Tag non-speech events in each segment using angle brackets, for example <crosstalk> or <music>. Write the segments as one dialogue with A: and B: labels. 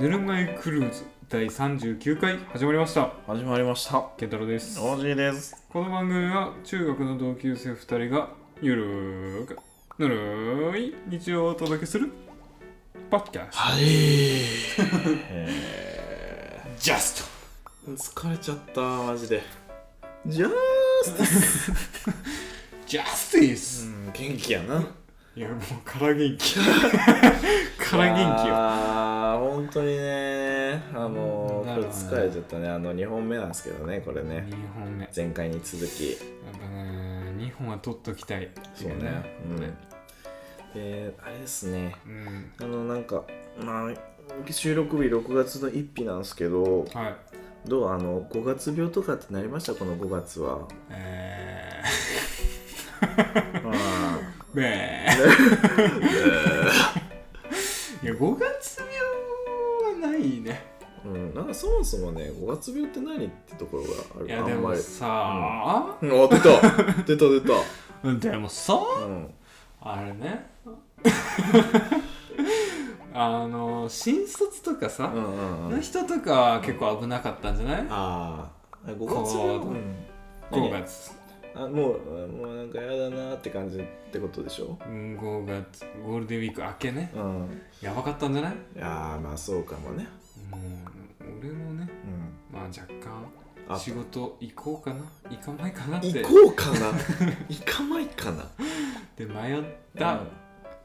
A: ぬるま湯クルーズ第39回始まりました
B: 始まりました。
A: 健太郎です
B: おじいです。
A: この番組は中学の同級生2人がゆるーくぬるーい日常をお届けするパッキャス
B: はい。
A: ジャス
B: 疲れちゃった、マジで。じゃあ、
A: トジャスティ
B: う
A: ス、
B: ん、元気やな。
A: いやもうから元 <laughs> 気から元気よ
B: ああ、本当にね。あの
A: うん
B: ー、これ疲れちゃったね。あの、2本目なんですけどね、これね。
A: 2本目やっ
B: 前回に続き。
A: ぱね2本は取っときたい
B: そうね。うん。で、あれですね。
A: うん
B: あの、なんか、まあ、収録日6月の1日なんですけど、
A: はい
B: どうあの、5月病とかってなりましたこの5月は。
A: え
B: あー
A: ーべー <laughs> いや5月病はないね
B: うん、なんかそもそもね五月病って何ってところがある
A: いや
B: あ
A: で
B: んま
A: も
B: り
A: さ、
B: うんお
A: <laughs>
B: 出た出た出た、
A: でもさ
B: うん、
A: あれね <laughs> あの新卒とか
B: う
A: さ、
B: んうんう
A: の
B: ん
A: 人とかは結構危なかったんじゃない、
B: ああ五
A: こ
B: 月
A: うう
B: 病、
A: ん
B: ん、
A: 5月、
B: あもうもうなんかやだなーって感じってことでしょ
A: うん、5月ゴールデンウィーク明けね
B: うん
A: やばかったんじゃない
B: いやーまあそうかもね
A: もう俺もね
B: うん
A: まあ若
B: あ
A: 干仕事行こうかな行かないかなっ
B: 行
A: て
B: こうか <laughs> な行かないかな
A: で迷っ
B: う
A: た
B: ん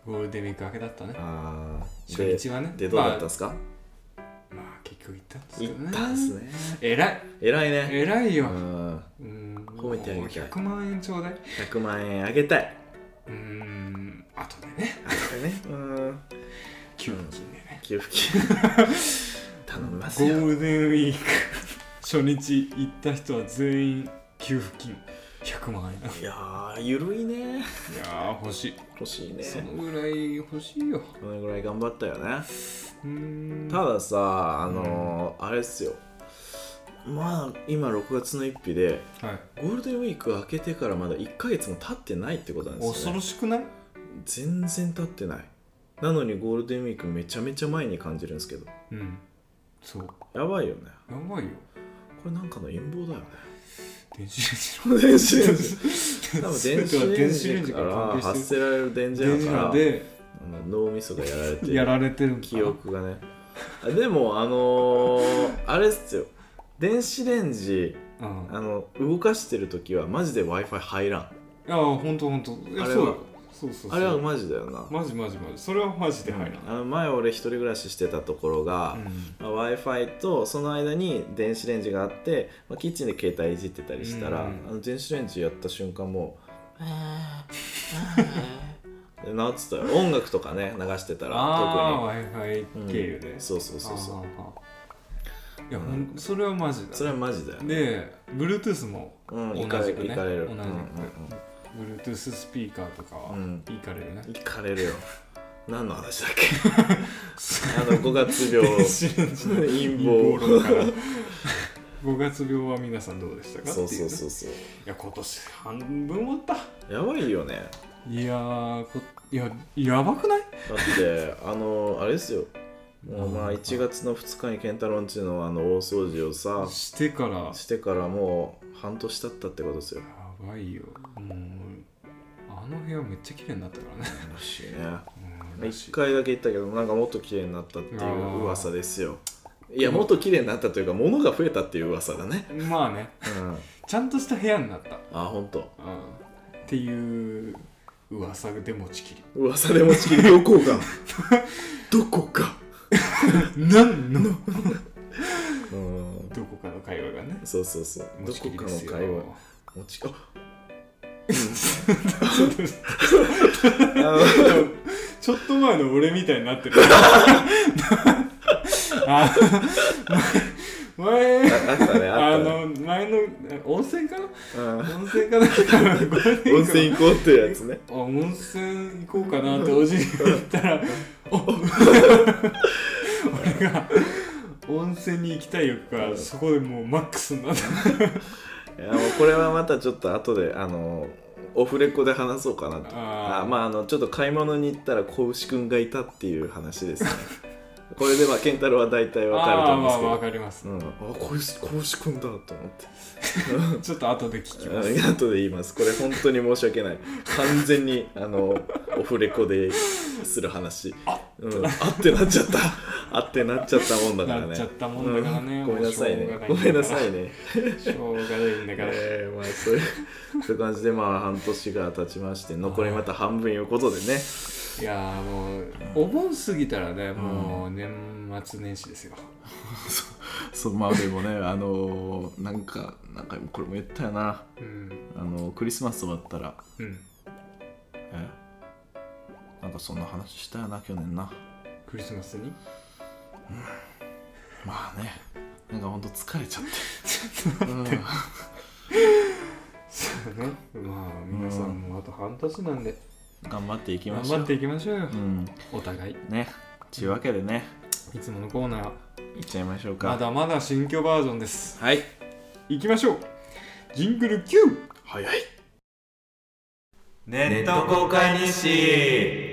A: ゴールデンウィーク明けだったね
B: あー
A: 初日はね
B: ででどうだったんすか、
A: まあ結局行ったんですけ
B: 行
A: どね
B: ったんすね
A: 偉い
B: 偉いね
A: 偉いうよ、
B: ん
A: うん、
B: 褒めてあげたい
A: 100万円ちょうだい
B: 100万円あげたいう
A: ーんあとでね
B: あれねうん
A: 給付金でね、
B: 給付金 <laughs> 頼みますよ
A: ゴールデンウィーク初日行った人は全員給付金100万円
B: いやーゆるい
A: い
B: ね
A: やー欲しい
B: 欲しいね
A: そのぐらい欲しいよ
B: このぐらい頑張ったよね
A: うーん
B: たださあのーあれっすよまあ今6月の1日で
A: はい、
B: ゴールデンウィーク明けてからまだ1ヶ月も経ってないってことなんです
A: 恐
B: よ、
A: ろ
B: ね、
A: しくない
B: 全然経ってないなのにゴールデンウィークめちゃめちゃ前に感じるんですけど
A: うんそう
B: やばいよね
A: やばいよ
B: これなんかの陰謀だ
A: <laughs>
B: よね
A: 電子レンジ
B: 電子レンジ
A: の
B: 多
A: <laughs>
B: 分
A: 全
B: 電
A: ては
B: 子レ
A: 電子レン
B: ンジ
A: ジ
B: か
A: から
B: ら
A: 関係
B: 発
A: して
B: せられる電
A: る
B: 磁波
A: 電磁
B: から
A: 波で
B: あの脳みそがやられてる
A: やられてるんか
B: 記憶がねあでもあのー、あれっすよ電子レンジ
A: うん
B: あの動かしてる時はマジで w i f i 入らん
A: いやほんとほんとえ
B: あれは
A: そうだよそうそうそう
B: あれはマジだよな、
A: マジマジマジそれはマジで入らん
B: あの前俺一人暮らししてたところが、
A: うん
B: まあ w i f i とその間に電子レンジがあって、まあ、キッチンで携帯いじってたりした
A: う
B: ら、
A: ん
B: あの電子レンジやった瞬間もうで治ってたよ音楽とかね流してたら
A: ああ Wi-Fi
B: 特に、
A: 経由
B: う
A: で
B: んそうそうそうそう
A: ういや、ほんそれはマジだ
B: それはマジだよね
A: で Bluetooth も
B: うん、
A: 同
B: 行
A: じ
B: かれ
A: く
B: る
A: ね
B: 行かれる
A: 同じ
B: う
A: く Bluetooth スピーカーとかは
B: うん
A: いかれるね
B: ん、行かれ
A: <laughs>
B: るよ何の話だっけ <laughs> あの5月病
A: 電子レンジの
B: 陰
A: <laughs> 陰
B: 謀
A: 謀論から5月病は皆さんどうでしたかってい,、
B: <laughs> そうう
A: ね、
B: そうそうそう
A: いや今年半分終わった
B: やばいよね
A: いやーこいややばくない
B: だってあのあれですよもうまあ
A: うん
B: 1月の2日に健太郎んちのあの大掃除をさ
A: してから
B: してからもう半年経ったってことですよ
A: やばいよもうあの部屋めっちゃ綺麗になったからね
B: らしいね
A: うんらし
B: 1回だけ行ったけどなんかもっと綺麗になったってい
A: あー
B: う噂ですよいやもっと綺麗になったというか物が増えたっていう噂だね
A: いまあね
B: うん
A: ちゃんとした部屋になった、
B: あ本当。
A: うん、っていう噂で持ちきり
B: 噂で持ちきりどこ <laughs> がどこが
A: 何の
B: うん
A: どこかの会話がね
B: そうそうそう
A: 持
B: ど
A: ちき
B: こ
A: り
B: か
A: で
B: の
A: すよ
B: 会話持ちあ
A: ちょっと前の俺みたいになってるあ前
B: あったねあ
A: あ
B: ったね
A: の前の温泉かな
B: うん
A: 温泉かなごめんね
B: 温泉行こうってやつね
A: あ温泉行こうかなっておじいが言ったら「お俺が温泉に行きたい欲がそこでもうマックスになった
B: いやもうこれはまたちょっと後であのオフレコで話そうかなと
A: あー
B: あまああのちょっと買い物に行ったら子牛くんがいたっていう話ですねこれでまあ健太郎は大体わかると
A: ああ
B: 思う
A: ま
B: んで
A: すあ
B: けど
A: わかります、
B: うん、あこういうこう仕組んだと思って
A: ちょっと後で聞きます
B: あとで言いますこれ本当に申し訳ない完全にあのオフレコでする話あ,、うん、あってなっちゃったあってなっちゃったもんだからね
A: なっちゃったもんだからね
B: うんごめんなさいね
A: もうしょうがない
B: ごめんなさいね
A: しょうがないんだから、
B: えーまあそういうそういう感じでまあ半年が経ちまして残りまた半分いうことでね
A: いやーもうお盆過ぎたらねもう年末年始ですよ、
B: そうまあでもねあのーなんかなんかこれも言ったよな
A: うん
B: あのークリスマス終わったら
A: うん、
B: えなんかそんな話したよな去年な
A: クリスマスに
B: まあねなんかほんと疲れちゃって
A: そう
B: <laughs> うん
A: ねまあ皆さんもあと半年なんで
B: 頑張っていき
A: 頑
B: ましょう
A: 張っていきましょうよ
B: うん
A: お互い
B: ねちゅうわけでね
A: いつものコーナー
B: いっちゃいましょうか
A: まだまだ新居バージョンです
B: はい
A: いきましょうジングル Q
B: 早い
A: ネ
B: 開日誌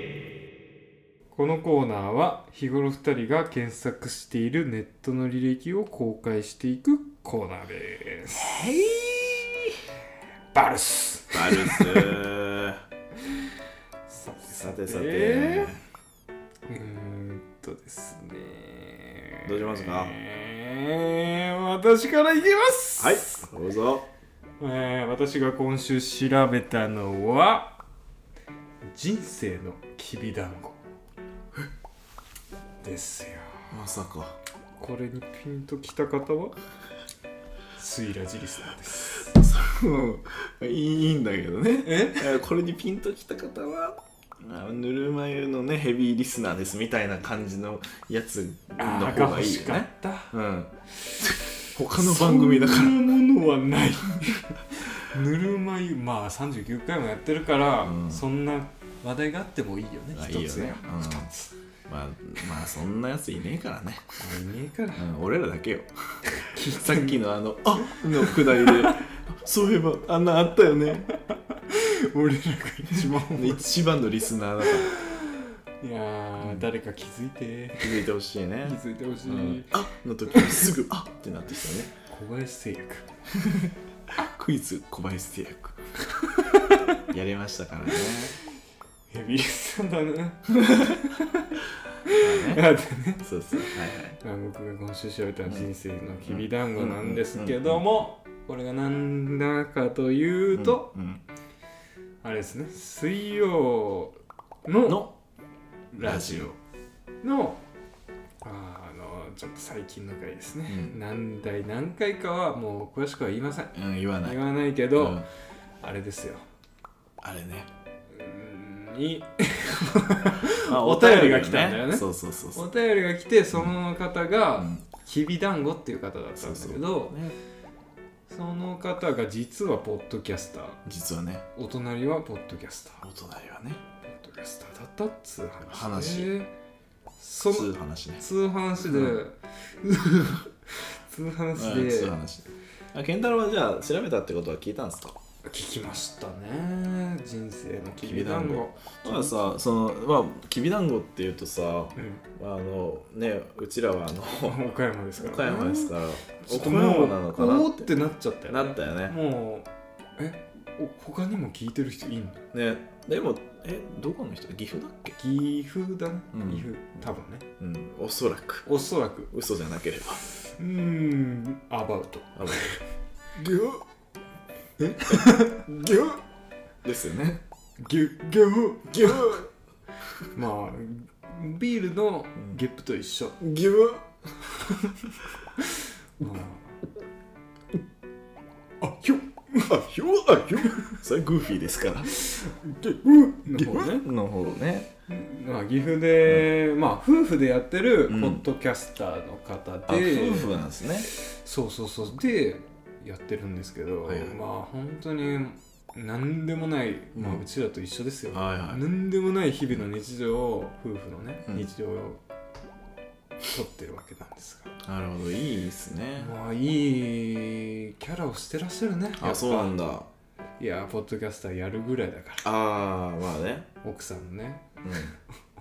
A: このコーナーは日頃2人が検索しているネットの履歴を公開していくコーナーです
B: はい
A: バルス
B: バルス
A: さて
B: <laughs> さてさ
A: う
B: て
A: ーんとですね
B: どうしますか
A: えー私からいきます
B: はいどうぞ
A: えー私が今週調べたのは人生のきびだんごですよ
B: まさか
A: これにピンときた方はスイラジリスナーです
B: うんいいいいんだけどね
A: え
B: えーこれにピンときた方はあぬるま湯のねヘビーリスナーですみたいな感じのやつ
A: あー
B: の
A: が
B: 方が
A: 欲
B: いいよ
A: しかっ
B: ね
A: た
B: うん他の番組だか
A: そ
B: ら
A: んなものはないぬるま湯まあ39回もやってるから、
B: うん
A: そんな話題があってもいいよね
B: あ
A: 一つ
B: いい
A: や
B: よねうん
A: 二つ
B: まあまあそんなやついねえからね、
A: あいねえから
B: うん、俺らだ
A: <laughs>
B: けよさっきのあの「あのくだりで <laughs> 「そういえばあんなあったよね
A: 俺らが一番」
B: 一番のリスナーだから
A: いやー、誰か気づいて
B: 気づいてほしい
A: 気
B: ね
A: づいてほし
B: う
A: い、
B: ん「あの時すぐ「あってなってきたね
A: 小林製薬
B: クイズ小林製薬 <laughs> やりましたからね
A: ヘビーリス <laughs> ナーだな
B: まあね
A: あとね
B: そうそうはい
A: あ僕が今週調べた人生のきびだんごなんですけども、これが何だかとい
B: は
A: う
B: い
A: と、
B: うんうん
A: あれですね水曜の
B: の
A: ラジオのあのちょっと最近の回ですね、
B: うん
A: 何代何回かはもう詳しくは言いません
B: うん言わない
A: 言わないけど、
B: うん
A: あれですよ
B: あれね
A: に
B: あ
A: お便りが来たんだよね
B: そうそうそうそ
A: お
B: う
A: 便りが来てその方
B: う
A: が
B: ん
A: きびだんごっていう方だったんだけど
B: ね
A: その方が実はポッドキャスター
B: 実はね
A: お隣はポッドキャスター
B: お隣はね
A: ポッドキャスターだったっつう話
B: 話
A: でそ
B: 普
A: の
B: 通話ね
A: 通販誌で、
B: う
A: <laughs> 通販誌
B: うん
A: で
B: そういう話あ健太郎はじゃあ調べたってことは聞いたんですか
A: 聞きましたね人生のきびだん
B: きびだん
A: ご
B: ごまあさそのまあきびだんごっていうとさ
A: うん
B: あのねうちらはあの
A: 岡山ですから、
B: 岡山ですから
A: ちょっと
B: 岡
A: も
B: 山
A: う
B: なのか
A: お
B: な
A: ーってなっちゃったよね
B: なったよね
A: もうえお他にも聞いてる人いんの
B: ねでもえどこの人岐阜だっけ
A: 岐阜だね、
B: うん
A: 岐阜多分ね
B: うんおそらく
A: おそらく
B: 嘘じゃなければ
A: うーんアバウト
B: あの
A: ギュ
B: <laughs>
A: えギュ
B: ですよね
A: ギュギュギュ <laughs> まあビールのゲップと一緒、
B: ギブ
A: あひょ
B: あひょあひょそれグーフィーですから
A: ギュの
B: ギ
A: 方ね
B: ブの方ね
A: まあ岐阜で、まあ夫婦でやってるポ
B: うん
A: ッドキャスターの方
B: あ夫
A: で、
B: 婦なんですね
A: そうそうそうでやってるんですけど、
B: はいはい
A: まあ本当に何でもない、まあ、
B: うん
A: うちらと一緒ですよ、
B: はいはい
A: 何でもない日々の日常を夫婦のね、
B: うん
A: 日常を撮ってるわけなんですが
B: なるほどいいですね
A: まあいいキャラをしてらっしゃるねやっ
B: あ
A: ぱ
B: そうなんだ
A: いやポッドキャスターやるぐらいだから
B: ああまあね
A: 奥さんのね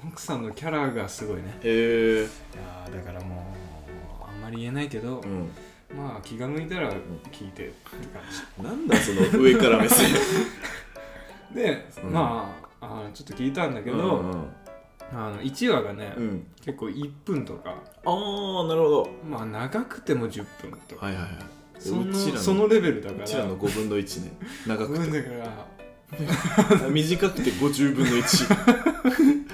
B: うん
A: 奥さんのキャラがすごいね
B: へ
A: い
B: え
A: やーだからもうあんまり言えないけど、
B: うん
A: まあ気が向いたら聞いてって感
B: なんだその上から目線
A: じで、
B: うん
A: まああーちょっと聞いたんだけど、
B: <laughs> うんうん
A: あの1話がね、
B: うん
A: 結構1分とか
B: ああなるほど
A: まあ長くても10分とか、
B: はいはいはい
A: その
B: うちらの
A: そのレベルだか
B: う
A: ら
B: ちらの5分の1ね長 <laughs>
A: う
B: く
A: んだ
B: て
A: から
B: 短くて50分の1、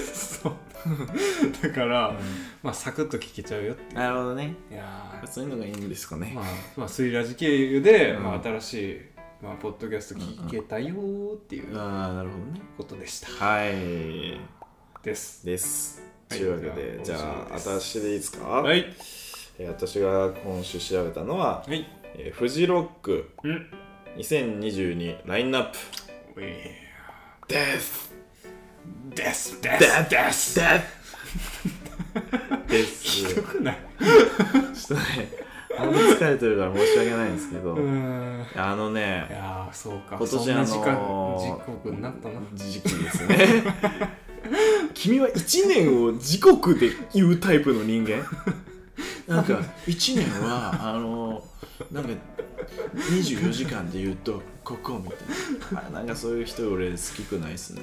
B: <laughs>
A: そう <laughs> だから、まあサクッと聞けちゃうよっていう
B: なるほどね
A: いや
B: そういうのがいいんですか
A: ー
B: ね
A: まあ、まあ、スイラジ経由で、
B: うん
A: まあ、新しい、まあ、ポッドキャスト聞けたよーっていう
B: ああなるほどね
A: ことでした、
B: はい
A: です
B: です
A: は
B: と
A: い
B: いうわけで
A: じ
B: じ
A: ゃ
B: ゃ
A: あ
B: あ私でいいですか、
A: はいい
B: えー私が今週調べたのは
A: はい
B: 「えーフジロック
A: うん
B: 2022ラインナップ
A: ウィ」
B: です
A: ーですですです
B: ですです
A: ひどくない
B: ちょっとね、あんま疲れてるから申し訳ないんですけど、
A: うーんい
B: あのね、
A: やーそうか
B: 今
A: そ
B: 年
A: ん
B: あ
A: な
B: の
A: 時間、時刻になったな
B: 時期ですね。 <laughs> 君は1年を時刻で言うタイプの人 <laughs> 間なんか1年はあのなんか24時間で言うとここみたいなあなんかそういう人俺好きくないっす <laughs> ね、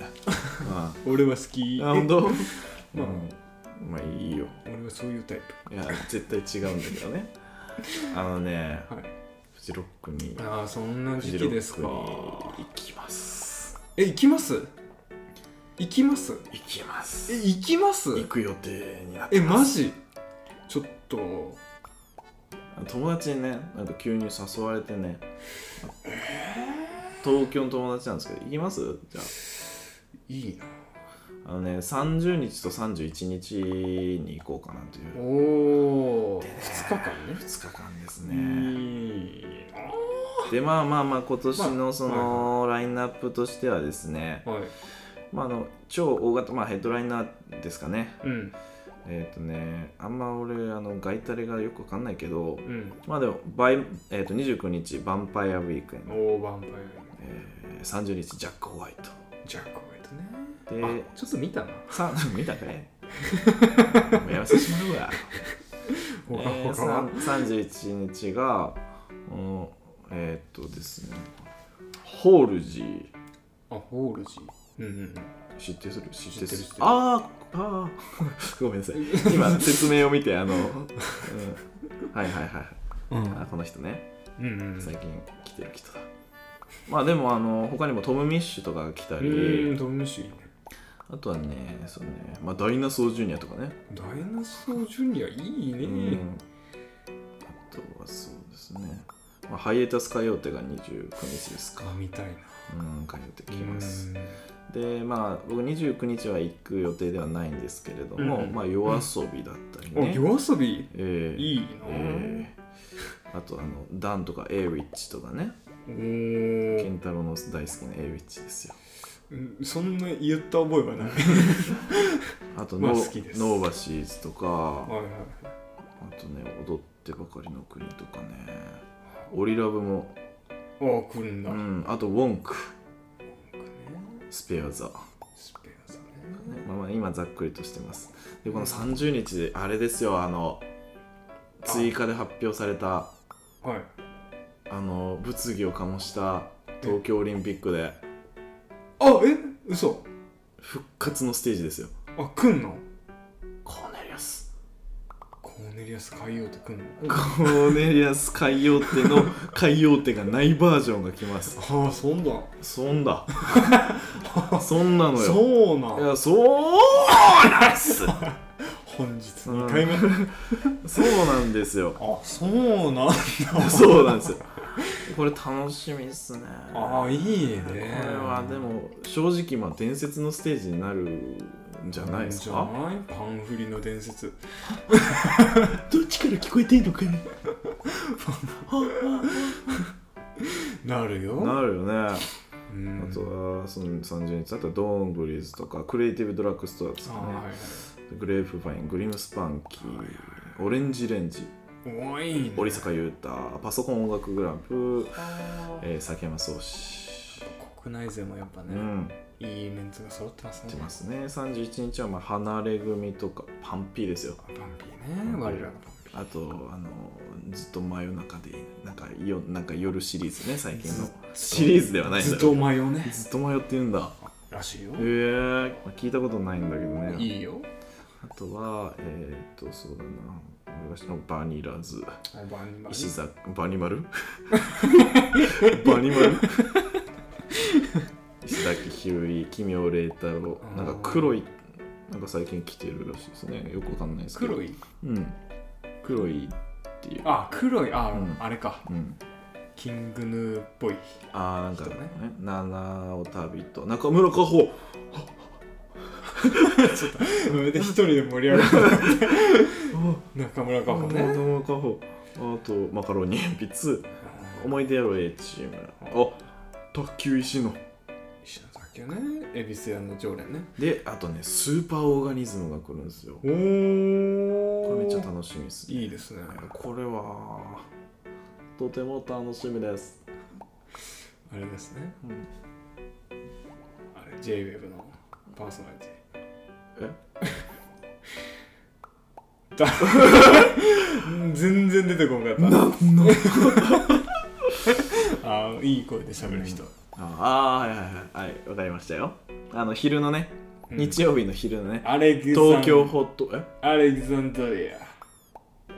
B: うん、あ
A: 俺は好き
B: 本当、うん
A: まあ、
B: まあいいよ
A: 俺はそういうタイ
B: いや絶対違うんだけど
A: <laughs>
B: ねあのね
A: プはい
B: フジロックに
A: ああそんな時期ですか
B: 行きます
A: え行きます行きます
B: 行きます
A: え行きます
B: 行く予定になって
A: えマジちょっと
B: 友達にねなんか急に誘われてね東京の友達なんですけど行きますじゃ
A: いいな
B: ああのね30日と31日に行こうかなという
A: おお2日間ね
B: 2日間です
A: う
B: ね
A: ん
B: でまあまあまあ今年のそのラインナップとしてはですね、
A: はい
B: まあ、あの超大型、まあ、ヘッドライナーですかね
A: うん
B: えっ、とねあんま俺あのガイタレがよくわかんないけど、
A: うん
B: まあでもバイ、えー、と29日、ヴァンパイアウィークエンド、
A: おおバンパイ
B: えー、30日、ジャック・ホワイ
A: アジャックホワイト
B: ト。
A: ね
B: で
A: あ、ちょっと見たな
B: さ <laughs> 見た
A: <laughs>
B: かいもうやらせてしまうわ。
A: ほか
B: え
A: ほ
B: ー、
A: かは
B: さん31日が、うんえっ、とですね、ホールジー、
A: あホールジーうんうん
B: 知ってる知
A: 知ってる知ってる
B: あーあーごめんなさい。今、
A: <laughs>
B: 説明を見て、あの、うん、はいはいはい。
A: うん
B: あこの人ね。
A: うんうん
B: 最近来てる人だまあでもあの他にもトム・ミッシュとかが来た
A: うー
B: り
A: んトムミッシュいいね
B: あとはねそうね、まあ、ダイナソー・ジュニアとかね、
A: ダイナソージュニアいいうね
B: ん、あとはそうですね、まあ、ハイエータス・カヨーテが29日ですか
A: あ見たいな
B: うんカヨーテ来
A: 行
B: ますでまあ僕29日は行く予定ではないんですけれども、
A: うんうん
B: まあ夜遊びだったり
A: お
B: ね、
A: 夜遊び
B: ええ
A: いいな
B: ええあとあのダンとかエイウィッチとかね
A: お
B: ケ
A: ー
B: ンタロウの大好きなエイウィッチですよ
A: うんそんな言った覚えはない
B: あと
A: ま
B: ノ
A: あ
B: ー、
A: 好きです
B: ノーバシーズとか
A: はいはい
B: あとね踊ってばかりの国とかねオリラブも、
A: ああ来るん
B: う
A: だ、なんか
B: ん、あとウォンク
A: ね
B: スペアザ、ね
A: スペアさね
B: まあ、まあ今ざっくりとしてますでこの30日であれですよあの追加で発表された
A: はい
B: あの物議を醸した東京オリンピックで
A: あえ嘘
B: 復活のステージですよ
A: あ来んの
B: コーネリアス
A: コーネリアス海洋って来んの
B: コーネリアス海洋手の海洋手がないバージョンが来ます
A: ああそんだ
B: そ
A: <laughs>
B: んだそんなのよ
A: そうないん
B: や、そうなんす。
A: 本日2回目、
B: そうなんです <laughs> よ。
A: あそうなんだ
B: <laughs> そうなんですよ。これ楽しみっすね。
A: ああいいね
B: これはでも、正直、まあ、伝説のステージになるんじゃないですか。
A: じゃないパンフリの伝説
B: どっちから聞こえてんのかな。
A: なるよ
B: なるよね。あ
A: うん
B: とは、その30日、あとはドーンブリーズとか、クリエイティブドラッグストアです
A: あ
B: か
A: あはい
B: ね。グレープファイン、グリムスパンキー、オレンジレンジ、
A: はいおーいいね
B: 織坂優太、パソコン音楽グランプ、
A: あー
B: えー、崎山壮志。
A: ここ国内勢もやっぱ
B: う
A: ね、
B: ん
A: いいメンツが揃ってますね
B: 出ますね31日はまあ離れ組とかパンピーですよ
A: パンピーね我らがパンピー
B: あとあのずっと真夜中でなんかよなんか夜シリーズね最近のシリーズではないんだ
A: ず
B: よ
A: っとお前をね
B: ずっと迷って言うんだ
A: らしいよ
B: ええまあ聞いたことないんだけどね
A: いいよ
B: あとはえー、っとそうだな私のバニラズ
A: バニマル
B: 石坂バニマルバニマ
A: <laughs>
B: ル石崎ひゅうり奇妙麗太郎
A: あー
B: なんか黒いなんか最近来てるらしいですねよくわかんないですけど
A: 黒い
B: うん黒いっていう
A: あ黒いあ、
B: うん
A: あれか
B: うん
A: キングヌーっぽい
B: あーなんか
A: 人ね
B: ね七尾旅と中村佳穂
A: で一人で盛り上がる <laughs> 中村かもね
B: 中村佳穂あとマカロニ鉛筆思い出やろ A チームあ卓球石野
A: 石野卓球ね恵比寿屋の常連ね
B: であとねスーパーオーガニズムが来るんですよこ
A: お
B: れめっちゃ楽しみですね
A: いいですね
B: これはとても楽しみです、
A: あれですね
B: うん、
A: あれ JWEB のパーソナリテ
B: え
A: ィだ全然出てこなかっ
B: なんの
A: た <laughs> あーいい声で喋る人、
B: ああーはいはいはいはいわかりましたよあの昼のね、
A: うん
B: 日曜日の昼のね
A: アレキサン
B: 東京ホットえ
A: アレキサンドリア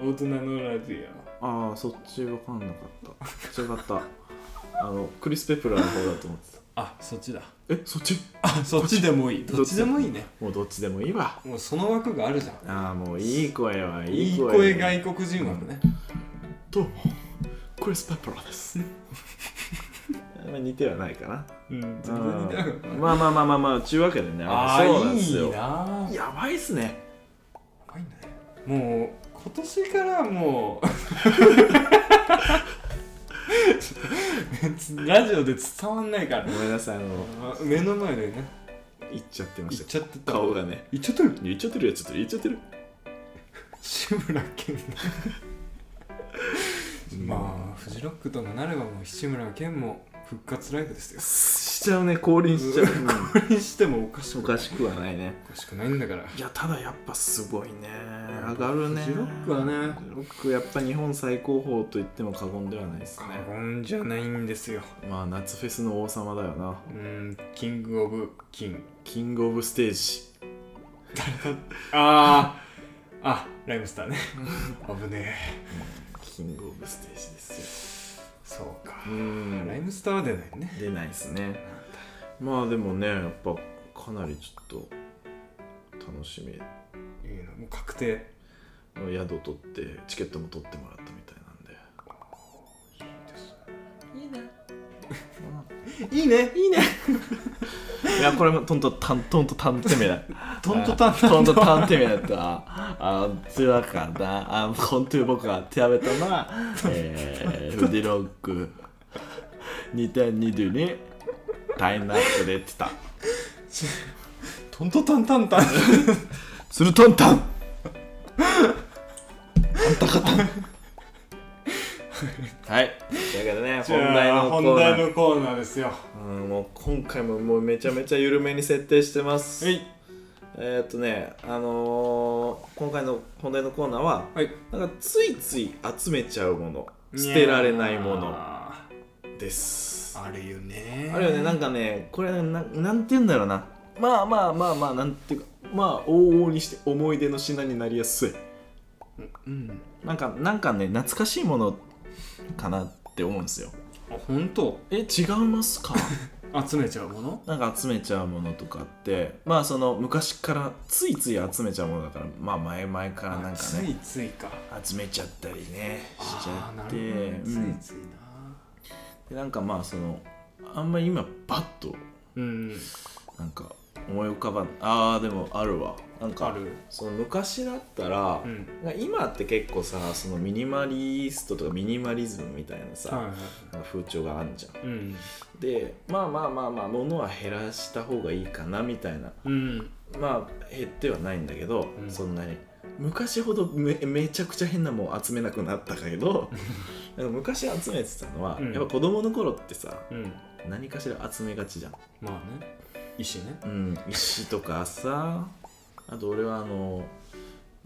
A: 大人のラジ
B: ああそっち分かんなかった違かった <laughs> あのクリス・ペプラーの方だと思ってた
A: オあそっちだ
B: えそっち
A: あそっちでもいい
B: どっ
A: <laughs>
B: ち
A: どっちでもいいね
B: もうどっちでもいいわ
A: もうその枠があるじゃん
B: ああもういい声はい
A: い
B: い
A: い
B: 声
A: 声外国人枠ね
B: どうもクリス・ペプラーです <laughs> あんま似てはないかな
A: うん全然似てなかったな
B: まあまあまあまあまあちゅうわけでね
A: あ
B: そう
A: あ
B: なんです
A: いい
B: よ
A: な
B: やばいっすね
A: 怖いねもう今年からも <laughs> うラジオで伝わんないから
B: ごめんなさいあの
A: あ目の前でね
B: 言っちゃってま
A: 行
B: し
A: ったちゃってた
B: 顔がね
A: 行っちゃってる
B: 言っちゃってるやつと言っちゃってる
A: 志村け <laughs> んまあフジロックともなればもう志村けんも復活ライブです <laughs> よ
B: しちゃうね降臨しちゃう
A: これにしてもおかしく
B: お
A: おか
B: か
A: し
B: しくはないね
A: くないんだから
B: いやただやっぱすごいね上がるね
A: フジロックはね
B: フジロックやっぱ日本最高峰と言っても過言ではないですね
A: 過言じゃないんですよ
B: まあ夏フェスの王様だよな
A: うんキングオブキング
B: キングオブステージ
A: あーあライムスターね危ねえ
B: キングオブステージです
A: そうか
B: ようん
A: ライムスターは出ないね
B: 出ないですねまあでもねやっぱかなりちょっと楽しみ
A: いいのもう確定
B: の宿取ってチケットも取ってもらったみたいなんで
A: いいねいいね
B: いやこれもとんとたんとんとたんて <laughs> めだ
A: とんとたん
B: あとんとたんてめだったあ <laughs> というわけだあ本当に僕が手を挙げたのは、えー、フジロック2022ラインナップで出てた
A: とんとたんたんたん
B: するとんたんあんた <laughs> かたんはいというわけでね
A: じ
B: 本
A: ゃ
B: 題
A: あ
B: のコ
A: 本
B: ーナ
A: 題
B: ー
A: のコーナーですよ
B: うんもう今回ももうめちゃめちゃ緩めに設定してます
A: はい
B: えー、っとねあのー、今回の本題のコーナーは
A: はい
B: なんかついつい集めちゃうもの捨てられないもの
A: あ
B: です
A: るよね
B: あるよねなんかねこれななんて言うんだろうなまあまあまあまあなんていうかまあ往々にして思い出の品になりやすい
A: うん
B: なんかなんかね懐かしいものかなって思うんですよ
A: あ本当
B: え違いますか
A: 集めちゃうもの
B: なんか集めちゃうものとかってまあその昔からついつい集めちゃうものだからまあ前々からなんか
A: つ
B: ね
A: いついか
B: 集めちゃったりねしちゃ
A: あーな
B: って
A: るほ
B: う
A: どね
B: ん
A: ついついな
B: でなんかまあそのあんまり今バッと
A: うん
B: なんか思い浮かばんあーでもあるわなんか
A: ある
B: その昔だったら、
A: うん
B: なんか今って結構さそのミニマリストとかミニマリズムみたいなさ、
A: は
B: なんか風潮があんじゃ
A: いう
B: ん
A: ん
B: でまあまあまあまあ物は減らした方がいいかなみたいな
A: うん
B: まあ減ってはないんだけど、
A: うん
B: そんなに昔ほどめめちゃくちゃ変なもん集
A: <laughs>
B: めなくなったけどなんか昔集めてたのは、
A: うん
B: やっぱ子供の頃ってさ
A: うん
B: 何かしら集めがちじゃん
A: まあね石ね
B: うん、石とかさあと俺はあの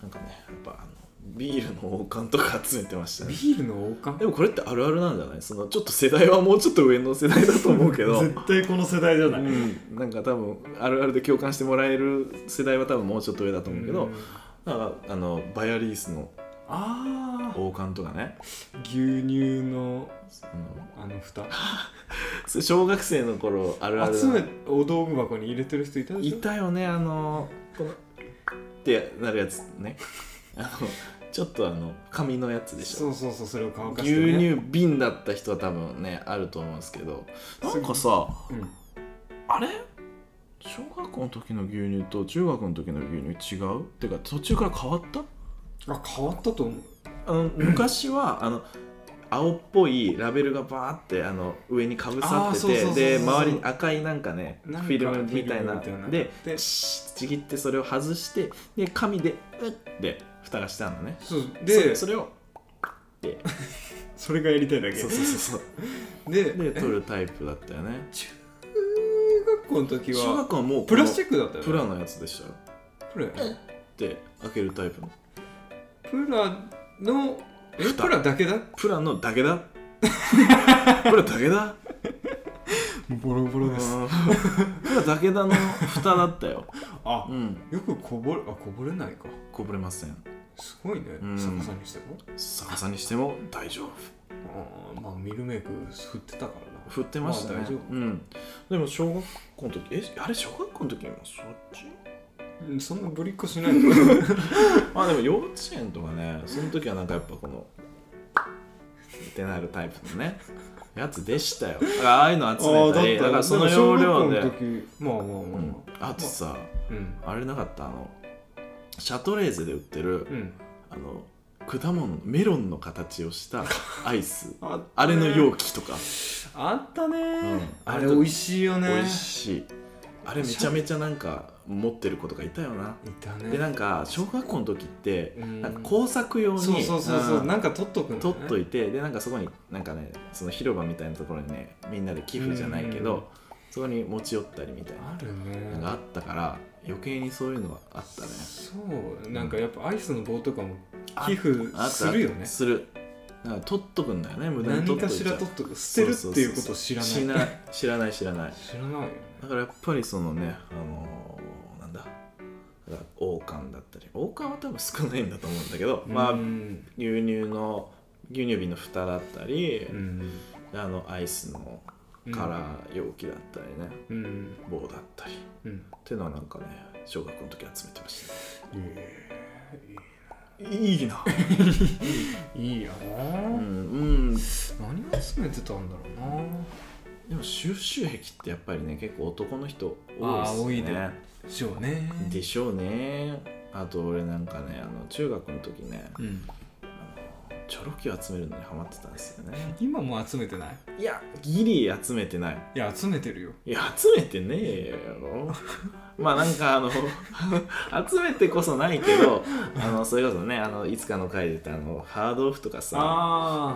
B: なんかねやっぱあのビールの王冠とか集めてました
A: ビ
B: ね
A: ールの王冠
B: でもこれってあるあるなんじゃないそのちょっと世代はもうちょっと上の世代だと思うけど
A: 絶対この世代じゃない、
B: うん、 <laughs> なんか多分あるあるで共感してもらえる世代は多分もうちょっと上だと思うけど、
A: うん
B: なんかあのバイアリースの
A: ああ
B: 王冠とかね
A: 牛
B: <laughs>
A: 乳の
B: あの
A: あの蓋
B: それ小学生の頃あるあるだ
A: 集めお道具箱に入れてる人いたで
B: い
A: しょ
B: たよねあのこのってなるやつね <laughs> あのちょっとあの紙のやつでし
A: そ
B: ょ
A: うそうそうそれを乾かして、ね、
B: 牛乳瓶だった人は多分ねあると思うんですけどなんかさ
A: うん
B: あれ小学校の時の牛乳と中学の時の牛乳違うってか途中から変わった
A: あ変わったと思う
B: あの昔はあの青っぽいラベルがバーってあの上にかぶ
A: あー
B: さって
A: そうそうそうそう
B: てで周りに赤いなんかねフ
A: なんか
B: ィルムみたいな
A: フィルムみたいな
B: で
A: で
B: シーッちぎってそれを外してで紙で「うっ」で蓋がしてあるのね
A: そうで
B: そ
A: そ
B: それをで
A: れがやりたいだけ
B: そうそうそう
A: <laughs>
B: そ
A: で
B: う
A: え
B: で取るタイプだったよね
A: 中学校の時
B: 小
A: は
B: 学校はもうこの
A: プラスチックだったよ、ね、
B: プラのやつでしたよ
A: プラ
B: で開けるタイプの
A: プラのえ
B: 蓋
A: プラだけだ
B: プラのだけ <laughs> だプラだ
A: <laughs>
B: けだ
A: ボロボロです
B: うんプラだけだの蓋だったよ
A: あ
B: うん
A: よくこぼれあこぼれないか
B: こぼれません
A: すごいね
B: うん
A: 逆さにしても
B: 逆さにしても大丈夫
A: あーまあミルメイク振ってたからな
B: 振ってましたね、
A: まあ大丈夫
B: うん、でも小学校の時えあれ小学校の時もそっち
A: うんそんなぶりっこしないの
B: まあでも幼稚園とかねその時はなんかやっぱこのってなるタイプのねやつでしたよだから <laughs> ああいうの集めたりだからその要領で
A: 小学校の時まあまあま
B: うん、
A: あまあ
B: あとさ
A: うん
B: あれなかったあのシャトレーゼで売ってる
A: うん
B: あの果物のメロンの形をしたアイス
A: あ
B: あれの容器とか
A: あったね
B: うん
A: あれ美味しいよね
B: 美味しいあれめちゃめちゃなんか持ってる子とかいたよない
A: たね
B: でなんか小学校の時って
A: うん
B: なんか工作用に
A: そうそうそうそう、
B: うん
A: なんか取っとくの、ね、
B: 取っといてでなんかそこになんかねその広場みたいなところにねみんなで寄付じゃないけ
A: うん
B: どそこに持ち寄ったりみたい
A: あるね
B: なのがあったから余計にそういうのはあったね
A: そうなんかやっぱアイスの棒とかも寄付
B: あった
A: するよね
B: するだから取っとくんだよね無駄に
A: 何
B: 取っ
A: か
B: とい
A: し
B: ちゃ
A: ら
B: う
A: 取っとく捨てるっていうことを知らない
B: 知らない知らない知らない
A: 知らないよね
B: だからやっぱりそのねあのーなんだだから王冠だったり王冠は多分少ないんだと思うんだけど、まあ
A: うん
B: 牛乳の牛乳瓶の蓋だったり、
A: うん
B: あのアイスのカラー容器だったりね、
A: うん
B: 棒だったりっ
A: うん
B: ていうのはなんかね小学校の時集めてました、
A: いいないいや
B: う、
A: なん
B: うん、で
A: 何集めてたんだろうな
B: も収集癖ってやっぱりね結構男の人多い
A: あ
B: っ
A: ー
B: すね
A: 多いねでしょうね
B: でしょうねあと俺なんかねあの中学の時ね
A: うん
B: チョロキを集めるのにハマってたんですよね
A: 今もう集めてない
B: いやギリ集めてない
A: いや集めてるよ
B: いや集めてねえよ <laughs> まあなんかあの <laughs> 集めてこそないけどあのそれこそねあのいつかの回で言ったあのハードオフとかさあ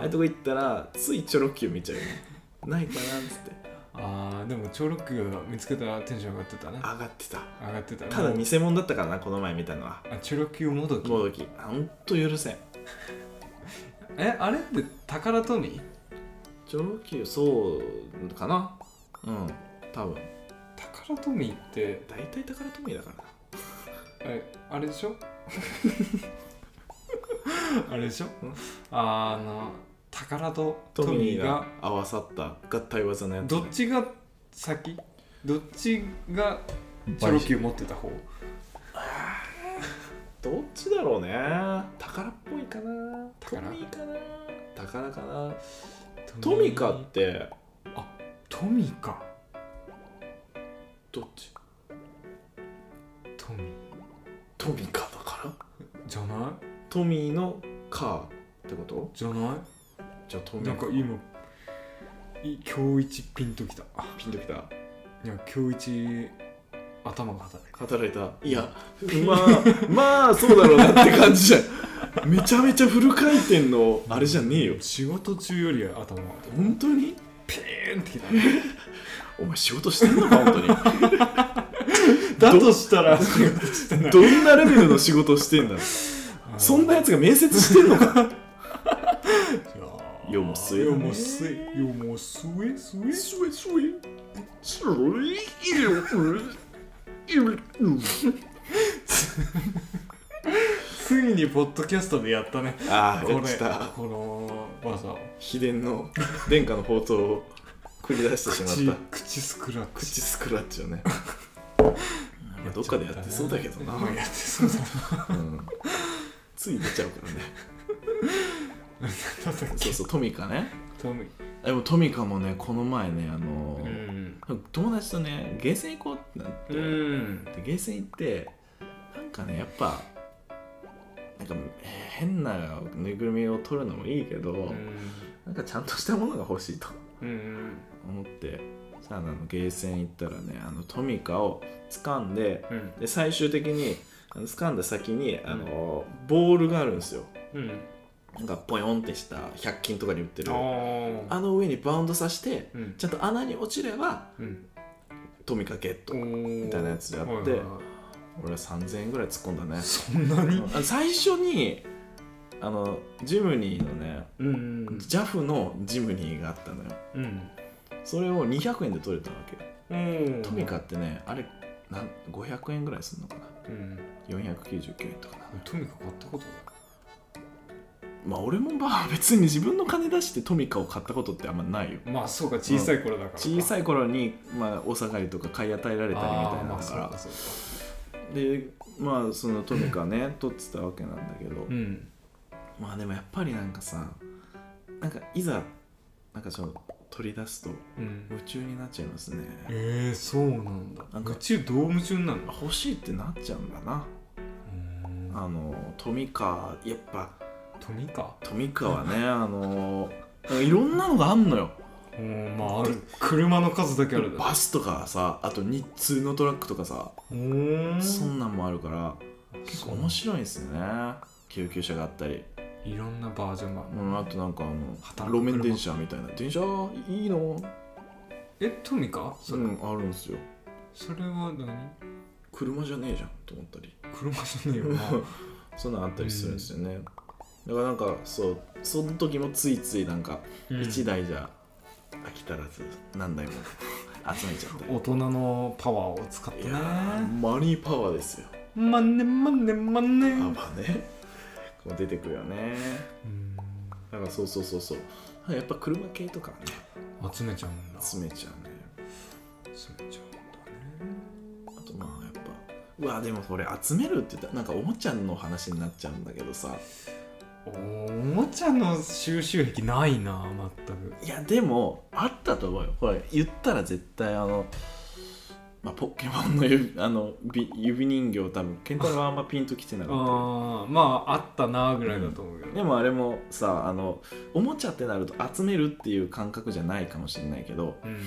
A: あ
B: あいうとこ行ったらついチョロ Q 見ちゃうよねないかなっつって
A: あーでも超ロックが見つけたらテンション上がってたね
B: 上がってた
A: 上がってた
B: ただ
A: もう
B: 偽物だったからなこの前見たのは
A: あチョロキューもどき
B: もどきほんと許せん
A: えあれって宝トミー
B: チョロ Q そうかなうん多分
A: 宝トミーって
B: 大体宝トミーだからな
A: えあれでしょ <laughs> あれでしょあの宝と
B: ト
A: ト
B: ミ
A: ミー
B: ーが
A: が
B: 合わさった合体技のやつ、ね、
A: どっちが先どっちがチョロキュー持ってた方
B: どっちだろうね宝っぽいかなト
A: 宝
B: ミーかな宝かなトミカって
A: トミカ
B: どっち
A: トミ
B: トミカだから
A: じゃない
B: トミーのカーってこと
A: じゃな
B: じゃあト
A: い
B: ミー
A: なんか今い今日一ピンときた
B: ピンとき
A: い
B: た
A: や今日一頭が働いた
B: 働いたい <laughs> やまあまあそうだろうなって感じじゃんめちゃめちゃフル回転のあれじゃねえよ
A: 仕事中より頭が働い
B: 本当に
A: ピーンってきたね
B: お前仕事してんのか本当に
A: だとしたら仕 <laughs> 事してない
B: どんなレベルの仕事をしてんだそんなやつが面接してんのか
A: い
B: よもすえだ
A: よ
B: ね
A: もすえよもすえすえ
B: すごいすごいすごい
A: ついにポッドキャストでやったね
B: ああ
A: こ
B: や
A: れ
B: ってた
A: この技
B: 秘伝の殿下の宝刀を繰り出してし
A: 口
B: まった
A: 口スクラッチ
B: 口スクラッチ
A: <laughs>
B: をねまあどっかでやってそうだけどな、
A: やってそうだな
B: うんつい出ちゃうか
A: <laughs>
B: らね
A: なんだっけ
B: そうそうトミカね
A: トミ
B: でもトミカもねこの前ねあの
A: う、ん
B: 友達とねゲーセン行こうってなって、
A: うん
B: でゲーセン行ってなんかねやっぱなんかえー変なぬいぐるみを取るのもいいけど、なんかちゃんとしたものが欲しいと
A: うん
B: 思ってさああのゲーセン行ったらねあのトミカを掴んで
A: うん
B: で最終的にあの掴んだ先にあの、ボールがあるんですよ
A: うん
B: なんかポヨンってした100均とかに売ってる
A: ああ
B: あの上にバウンドさせて
A: うん
B: ちゃんと穴に落ちれば
A: うん
B: トミカゲット
A: み
B: みたいなやつであって俺は3000円ぐらい突っ込んだね
A: そんなに
B: あの最初にあのジムニーのね
A: うんうん
B: JAF のジムニーがあったのよ
A: うん
B: それを200円で取れたわけ
A: うん
B: トミカってねあれなん500円ぐらいするのかな
A: うん
B: 499円とかな
A: トミカ買ったこと
B: まあ俺もまあ別に自分の金出してトミカを買ったことってあんまないよ
A: ないまあそうか小さい頃だから
B: 小さ
A: い
B: い頃に、まあ、お下がりとか買い与えられたりみたいな
A: ま
B: の
A: あ
B: だ
A: そ
B: か
A: う
B: ら、
A: かそうか
B: でまあそのトミカね <laughs> 取ってたわけなんだけど、
A: うん
B: まあでもやっぱりなんかさなんかいざなんかその取り出すと
A: うん
B: 夢中になっちゃいますね
A: えーそうなんだ
B: なんか
A: 夢中どう夢中になるの
B: 欲しいってなっちゃうんだな
A: うん
B: あのトミカやっぱ
A: トミカ
B: トミカはねあのなんかいろんなのがあんのよ
A: うんまあある車の数だけあるだろ
B: バスとかさあと日通のトラックとかさ、
A: うーん
B: そんなんもあるから結構
A: 白
B: 面白いんですよね救急車があったり、
A: いいろんなバージョンがある
B: うん、あとなんかあ
A: 働
B: の
A: く
B: 路面電車みたいな電車いいの
A: えトミカ
B: う
A: それ,、
B: んあるんですよ
A: それは何
B: 車じゃねえじゃんと思ったり
A: 車じゃねえよな
B: そんなんあったりするんですよね、だからなんかそうその時もついついなんか
A: うん
B: 1台じゃ飽き足らず何台も集めちゃったり
A: 大人のパワーを使って
B: い
A: ね
B: やーマニーパワーですよ
A: まんねまんねまんね
B: パワーねこう出てくるよね
A: うん
B: だからそうそうそうそうやっぱ車系とかね
A: 集めちゃうんだ
B: 集めちゃうね
A: 集めちゃ
B: あとまあやっぱうわでもこれ集めるって言ったらなんかおもちゃの話になっちゃうんだけどさ
A: うんだねおもちゃの収集癖ないな全く
B: いやでもあったと思うよこれ言ったら絶対あの、まあ、ポケモンの指 <laughs> あのび指人形多分ケンタロウはあんまピンときてなかっ
A: あーまああったなぐらいだと思うけど、
B: たでもあれもさあのおもちゃってなると集めるっていう感覚じゃないかもしれないけど
A: うん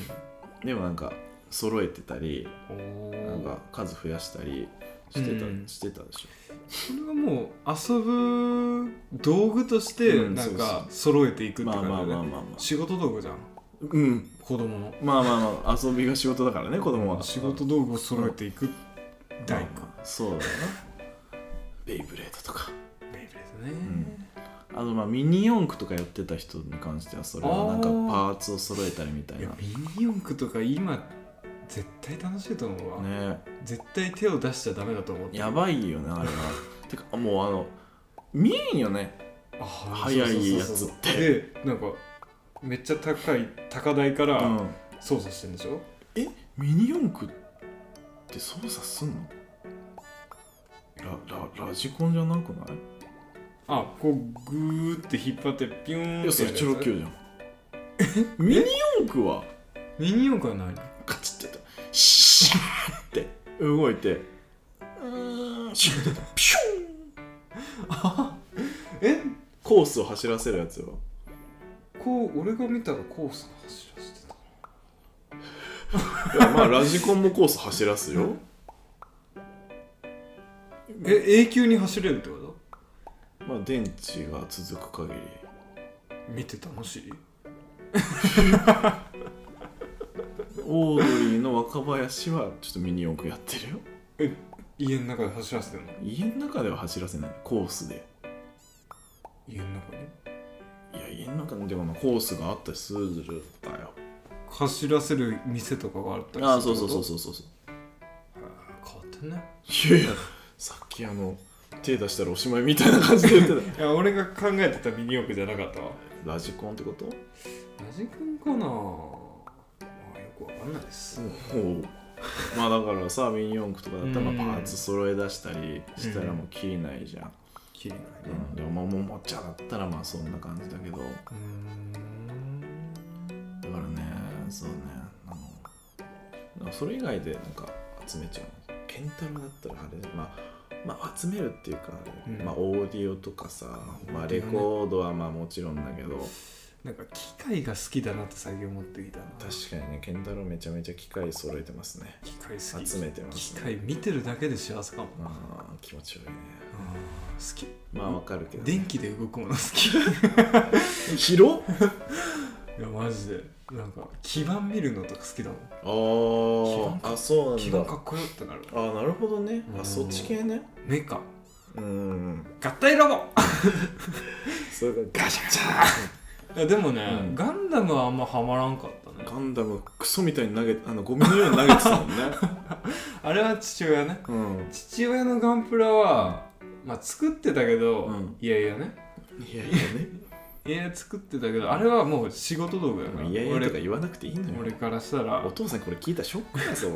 B: でもなんか揃えてたり
A: おー
B: なんか数増やしたりしてた,、
A: うん
B: してたでしょ
A: それはもう遊ぶ道具として
B: うん
A: なん
B: そう
A: か揃えていくって
B: まあ
A: 感
B: まあ
A: じ
B: ま
A: だ
B: あまあ
A: ね
B: まあ、
A: 仕事道具じゃん
B: うん
A: 子供の
B: まあまあまあ遊びが仕事だからね子供は
A: 仕事道具を揃えていく大工
B: まあまあそうだよなベイブレードとか
A: ベイブレードね、
B: んあとまあミニ四駆とかやってた人に関してはそれはなんか
A: あー
B: パーツを揃えたりみたい
A: いや
B: なね
A: ミニ四駆とか今絶対楽しいと思うわ、絶対手を出しちゃダメだと思って
B: やばいよね <laughs> あれはてかもうあの見えんよね
A: あ
B: 速いやつ
A: そうそう
B: っ
A: そうそう
B: て
A: でなんかめっちゃ高い高台か
B: う
A: ら
B: ん
A: 操作してんでしょ、
B: えミニ四駆って操作すんのラララジコンじゃなくない
A: あこうグーって引っ張ってピューンって
B: いやそれ
A: る
B: チョロ Q じゃんミニ四駆は
A: ミニ四駆はない
B: カチッてやったシャーって動いてうーんシューってピューン
A: え
B: コースを走らせるやつよ
A: こう俺が見たらコースが走らせてた
B: いやまあラジコンもコース走らすよ
A: え永久に走れるってこ
B: まあ電池が続く限り
A: と見て楽しい
B: オードリーの若林はちょっとミニ四駆やってるよ
A: 家の中で走らせてるの
B: 家の中では走らせないコースで
A: 家の中で
B: いや家の中でもまあコースがあったりするだよ
A: 走らせる店とかがあったり
B: ああそうそうそう
A: そ
B: そうそうそう
A: う変わってんね
B: いやいやさっきあの手出したらおしまいみたいな感じで言っ
A: い
B: て
A: や俺が考えてたミニ四駆じゃなかったわ
B: たラジコンってこと
A: ラジコンかなまあよくわかんないです
B: おうまあだからさミニ四駆とかだったらまあ
A: うん
B: パーツ揃え出したりしたらもう切れないじゃん、
A: きれいな
B: うんでもまあももちゃだったらまあそんな感じだけどだか
A: うーん
B: らねそうねあのなんかそれ以外でなんか集めちゃうケンタロウだったらあれまあまあ集めるっていうか、あれ
A: うん
B: まあオーディオとかさ、まあレコードはまあもちろんだけど、
A: なんか機械が好きだなって最近思ってきたな
B: 確かにね、ケンタロウめちゃめちゃ機械揃えてますね。
A: 機械好き
B: 集めてま
A: 機
B: すね。
A: 械見てるだけで幸せかも
B: ああ、気持ち悪いね。
A: あー好き
B: まあわかるけど、ね。
A: 電気で動くもの好きい
B: 広あ
A: やマジでなんか基盤見るのとか好きだもん基盤
B: あ、あ、そう
A: 基
B: な
A: 盤
B: ん
A: か
B: だ。
A: っこよってなるわ
B: あなるほどね。
A: う
B: あ、
A: ん
B: そっち系ね。
A: メカ
B: うん。
A: 合体ロボ
B: それがガシャ
A: いやでもね、
B: うん
A: ガンダムはあんまハマらんかったね
B: ガンダム、クソみたいに投げて、あの、ゴミのように投げてたもんね。
A: あれは父親ね
B: <laughs> うん。
A: 父親のガンプラは、まあ、作ってたけど、
B: うん
A: いやいやね
B: いやいやね。
A: いやいや作ってたけどあれはもう仕事道具だから
B: いやいやとか
A: 俺
B: 言わなくていいの
A: 俺
B: よ。
A: からしたら
B: お父さんこれ聞いたらショックだ <laughs> ぞ。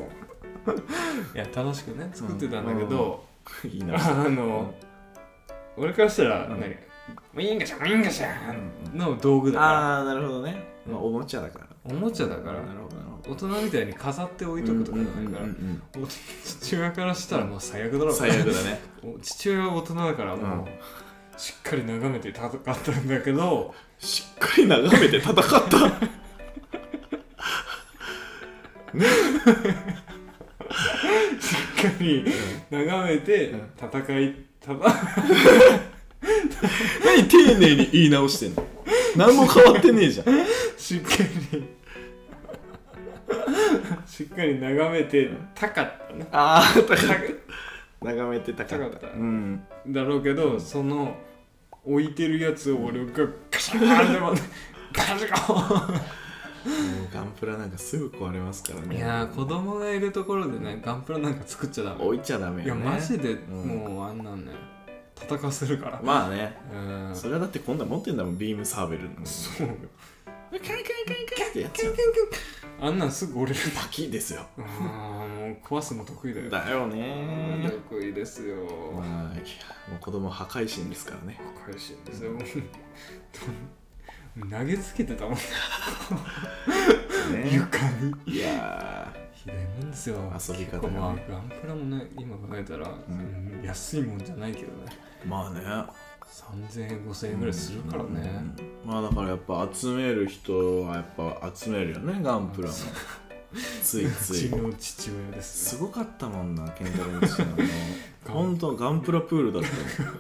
A: いや楽しくね作ってたんだけど、
B: いいな。
A: あの、俺からしたら、
B: うん
A: 何ウィンガシャンウィンガシャ
B: うん
A: ンの道具だから
B: ああ、なるほどね。まあ、おもちゃだから。
A: おもちゃだから
B: なるほど、なるほど。
A: 大人みたいに飾って置いとくとかじゃないから、
B: うんうんうん
A: お父親からしたらもう最悪だろう
B: う
A: なん
B: 最悪だね。
A: <laughs> お父親は大人だからもう、
B: うん
A: しっかり眺めて戦ったんだけど
B: しっかり眺めて戦った。
A: しっかり眺めて
B: うん
A: 戦い戦
B: 何丁寧に言い直してんの何も変わってねえじゃん。
A: <laughs> しっかり <laughs> しっかり眺めてたかったね
B: ああ、
A: た
B: 眺めて戦っ
A: 戦
B: た。
A: った
B: うん。
A: だろうけどその置いてるやつを俺がガシャンって持ってガシャ
B: もうガンプラなんかすぐ壊れますから
A: ン
B: ね。
A: いやー子供がいるところでねガンプラなんか作っちゃダメ
B: 置いちゃダメ
A: いや
B: よ、ね。
A: マジで
B: ん
A: もうあんなんね戦わせるから
B: まあね。
A: うん
B: それはだって今度は持ってんだもん、ビームサーベルの。 <laughs>
A: そうよ
B: カンカンカンカンってやつよ
A: あんなんすぐ折れる
B: パキッですよ。
A: あーもう壊すの得意だよ
B: だよ
A: うん
B: ね。
A: 得意ですよ
B: まあ、いやもう子供破壊神ですからね。
A: 返しいんですよもう投げつけてたもん
B: ね
A: 床に
B: いや
A: ひどいもんですよ
B: 遊び方
A: 結構
B: がね
A: まあガンプラもね今考えたら、
B: ん
A: うん安いもんじゃないけどね
B: ーまあね。
A: 3000円5000円ぐらいするからね、
B: まあだからやっぱ集める人はやっぱ集めるよねガン
A: <laughs>
B: プラも
A: そ
B: ついうつ
A: ち
B: い
A: の父親です
B: す
A: ね
B: ごかったもんなケンタロウの父のあの
A: <laughs> ガン
B: 本当ガンプラプールだった
A: <laughs>
B: も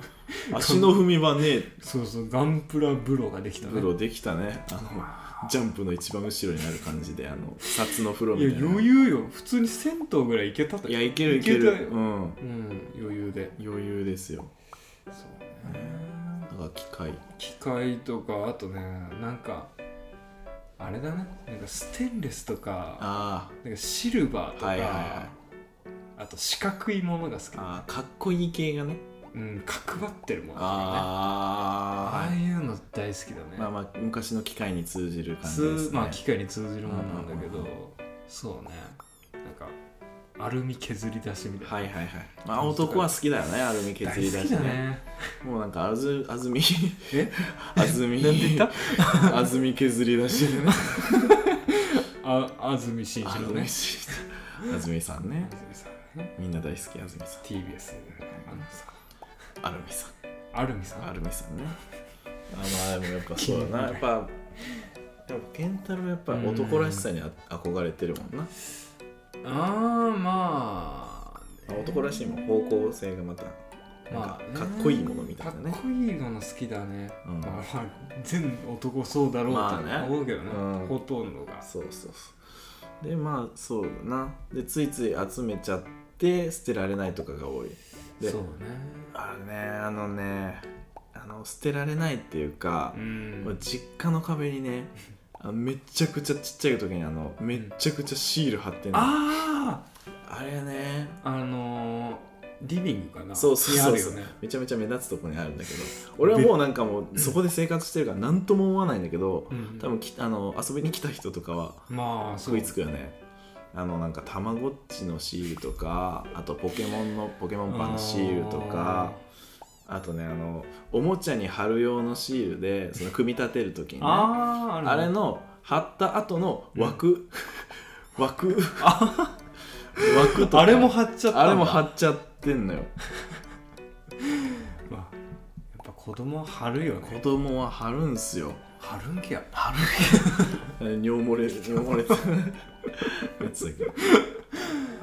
B: ん足の踏み場ねえ
A: そうそうガンプラ風呂ができたね
B: 風呂できたねあのジャンプの一番後ろにある感じであの札の風呂み
A: いや
B: たいな
A: 余裕よ普通に銭湯ぐらい行けたと
B: いやいけるいける
A: いけたよ
B: う
A: う
B: ん
A: ん余裕で
B: 余裕ですよ
A: そうね
B: だから機械
A: 機械とかあとねなんかあれだねなんかステンレスとか
B: あ
A: なんかシルバーと
B: あ
A: か、
B: はいはいはい
A: あと四角いものが好き
B: あーかっこいい系がね
A: うん角張ってるものとかね
B: ああ
A: ああいうの大好きだね,、
B: まあまあ昔の機械に通じる感じです
A: 通
B: ね。
A: まあ機械に通じるものなんだけ
B: うん
A: ど
B: うん
A: そうねなんかアルミ削り出しみたいな、
B: はいはいはい。まあ男は好きだよね、アルミ削り出
A: 大好
B: し
A: き
B: ね。
A: だね
B: もうなんかあずあずみ <laughs>
A: え
B: あずみ
A: なんて言っ
B: <laughs> あずみ削り出しでね。
A: あ安住紳
B: あ
A: 一郎
B: ず
A: ね
B: み
A: 安
B: あずみさんね。
A: 住さんね
B: みんな大好きあずみさ
A: TBS あのさ
B: ん。アルミさん。
A: アルミさん
B: アルミさんね。あまあでもやっぱそうだな。やっぱやっぱケンタロウやっぱ男らしさにあ憧れてるもんな。
A: ああまあ
B: 男らしいもん方向性がまたなんか
A: まあ
B: か
A: ね
B: っこいいものみたいなね
A: かっこいいもの好きだね、
B: うん
A: まあまあ全男そうだろうと
B: まあね
A: は思うけどね,、
B: うん
A: ほとんどが
B: そうそうそうでまあそうだなでついつい集めちゃって捨てられないとかが多いで
A: そうね
B: あれねあのねあの捨てられないっていうか
A: う、
B: 俺
A: ん
B: 実家の壁にねあめちゃくちゃちっちゃい時にあのめっちゃくちゃシール貼ってんの、あ
A: あ
B: れね
A: ああのー、リビングかな
B: そうそうそうそう、
A: にあるよね
B: めちゃめちゃ目立つとこにあるんだけど俺はもうなんかもうそこで生活してるから何とも思わないんだけど、
A: うん
B: 多分きあの遊びに来た人とかは
A: まあそう
B: 食いつくよねあのなんかたまごっちのシールとかあとポケモンのポケモンパンのシールとかあとねあのおもちゃに貼る用のシールでその組み立てる時に、ね、あ
A: あーあ
B: れ
A: ね
B: の貼った後の枠、 <laughs> 枠枠とか
A: あれも貼っちゃったんだ
B: あれも貼っちゃってんのよ
A: まあ、やっぱ子供は貼るよ
B: 子
A: ね
B: 供は貼るんすよ
A: 貼るんけや
B: 貼る尿漏れ
A: <laughs>
B: 尿漏れたやつだけど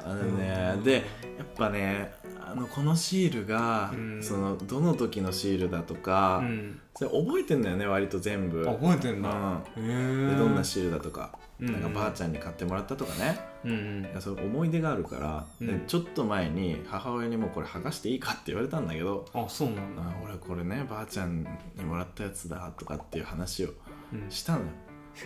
B: あのね、
A: うん
B: でやっぱねあのこのシールが、
A: うん
B: そのどの時のシールだとか、
A: うん
B: それ覚えてんだよね割と全部
A: あ覚えてんだへえ
B: うんでどんなシールだとか、
A: うん
B: なんかばあちゃんに買ってもらったとかね、
A: うんうん
B: いやそれ思い出があるから、で
A: うん
B: ちょっと前に母親にもうこれ剥がしていいかって言われたんだけど
A: あそうなんだ
B: あ俺これねばあちゃんにもらったやつだとかっていう話を
A: うん
B: したのよ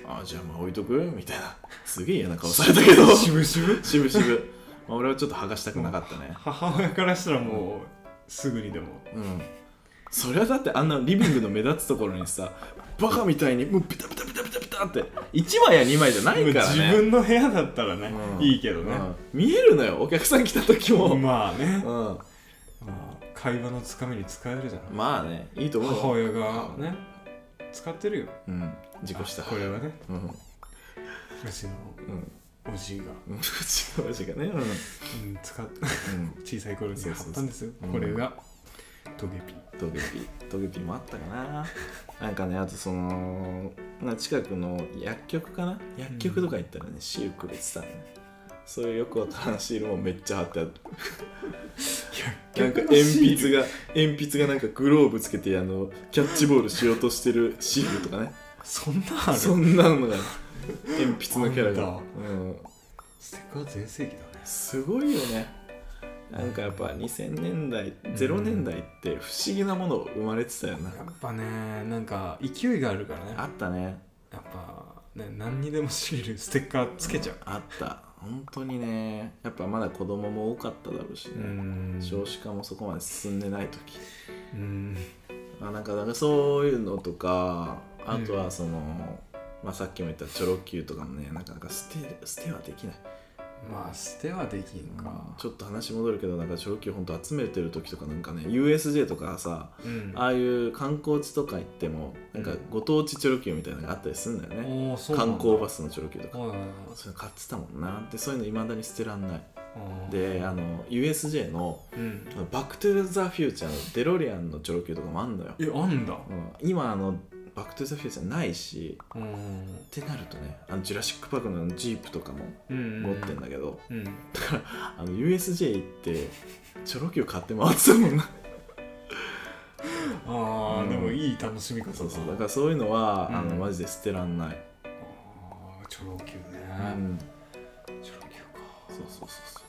B: あじゃあまあ置いとくみたいなすげえ嫌な顔されたけどし
A: <laughs> 渋々
B: <laughs> ぶしぶ、まあ、俺はちょっと剥がしたくなかったね
A: 母親からしたらもうすぐにでも
B: うんそりゃだってあんなリビングの目立つところにさバカみたいにもうピタピタピタピタピタって1枚や2枚じゃないからね
A: 自分の部屋だったらね、
B: うん
A: いいけど
B: う
A: ね、
B: ん見えるのよお客さん来た時も、
A: まあね、
B: うん、
A: まあ、会話のつかみに使えるじゃない、
B: まあねいいと思うよ
A: 母親がね使ってるよ
B: うん事故した
A: これはね
B: うんうん
A: うちのおじいが、
B: うんうちの味がねう
A: うん、使っ <laughs>
B: ん、うん
A: 小さい頃に
B: そう
A: 貼
B: そうそう
A: ったんですよ
B: うん
A: これがトゲピ
B: トゲピトゲピもあったかななんかねあとそのまあ近くの薬局かな薬局とか行ったらね、シールくれてたのねそういうよくわからんシールもめっちゃ貼ってあるなんか鉛筆が鉛筆がなんかグローブつけてあのキャッチボールしようとしてるシールとかね
A: そんなある
B: そんなのが鉛筆のキャラ
A: あ
B: が
A: ん、
B: うん、
A: ステッカー全盛期だね
B: すごいよねなんかやっぱ2000年代0年代って不思議なもの生まれてたよな、
A: やっぱねなんか勢いがあるからね
B: あったね
A: やっぱね何にでもシールステッカーつけちゃう
B: あった本当にねやっぱまだ子供も多かっただろうし
A: う
B: ね、
A: ん
B: 少子化もそこまで進んでない時
A: うん
B: あなんかなんかそういうのとかあと
A: う
B: は
A: ん
B: その、まあ、さっきも言ったチョロ Q とかもねなかなか捨て捨てはできない、
A: まあ捨てはできんか
B: ちょっと話戻るけどなんかチョロ Q 本当集めてる時とかなんかね USJ とかさ
A: うん
B: ああいう観光地とか行ってもなんかご当地チョロ Q みたいなのがあったりするんだよね、
A: おーそうなんだ
B: 観光バスのチョロ Q とか、
A: はいはいはい
B: それ買ってたもんなでそういうのいまだに捨てらんない
A: あー
B: であの USJ の
A: うん
B: 「バック・トゥ・ザ・フューチャー」のデロリアンのチョロ Q とかもあんのよ、
A: えあんだ
B: うん今あの「バック・トゥ・ザ・フューチャー」ないし
A: うん
B: ってなるとねあのジュラシック・パークのジープとかも
A: うん
B: 持ってんだけど、
A: うん
B: あの USJ 行ってチョロ Q 買って回ってたもんな
A: あ
B: う
A: あ
B: ん
A: でもいい楽しみ方だ
B: そうそうだからそういうのは、
A: うん
B: あのマジで捨てらんない、
A: あーチョロ Q
B: う
A: ね
B: ん、
A: チョロ Q か
B: そうそうそうそう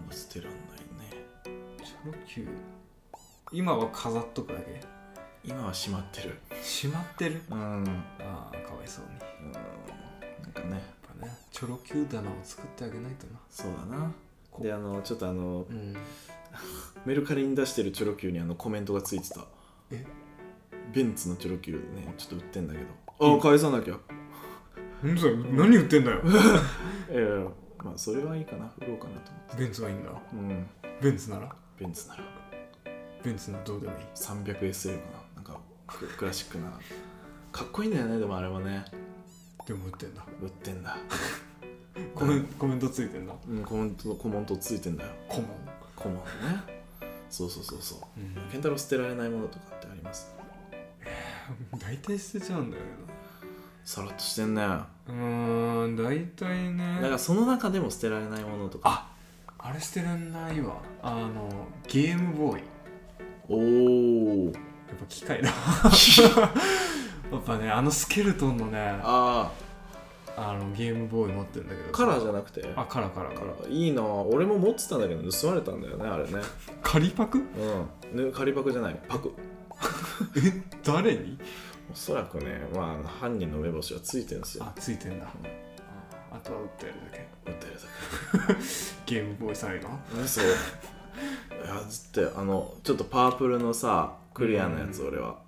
B: なんか捨てらんないね
A: チョロ Q 今は飾っとくだけ
B: 今はしまってる
A: しまってる
B: うん、うん、なん
A: ああかわいそうにやっ
B: かね
A: ぱねチョロ Q 棚を作ってあげないとな
B: そうだな
A: こ
B: であのちょっとあの
A: うん
B: メルカリに出してるチョロ Q にあのコメントがついてた
A: え
B: ベンツのチョロ Q ねちょっと売ってんだけどああ返さなきゃ
A: うんそれ何言ってんだよ
B: ええまあそれはいいかな売ろうかなと
A: ベンツがいいんだ
B: 思ってうん
A: ベンツなら
B: ベンツなら
A: ベンツならどうでもいい
B: 300SL かななんかククラシックなかっこいいんだよねでもあれはね
A: でも売ってんだ
B: 売ってんだ
A: コメンコメントついてんだ
B: うんコメントコメントついてんだよ
A: 顧問
B: コマンねそうそうそうそう
A: うん
B: ケンタロウ捨てられないものとかってあります
A: 大体捨てちゃうんだよね
B: さらっとしてんねだ
A: うーん大体ね
B: からその中でも捨てられないものとか
A: ああれ捨てらんないわあのゲームボーイ
B: お
A: や
B: お
A: っぱ機械だ <laughs> やっぱねあのスケルトンのねあ
B: <laughs> あ
A: のゲームボーイ持ってるんだけど
B: あカラーじゃなくて
A: あカラーカラーカラー
B: いいな俺も持ってたんだけど盗まれたんだよねあれね
A: 仮パク
B: うんぬ仮パクじゃないパク
A: 誰に
B: おそらくねまあ犯人の目星はついてるんですよ
A: あついてんだあとは打ってやるだけ
B: 売ってるだ
A: ゲームボーイさんへの
B: け嘘いやずってあのちょっとパープルのさクリアのやつ俺は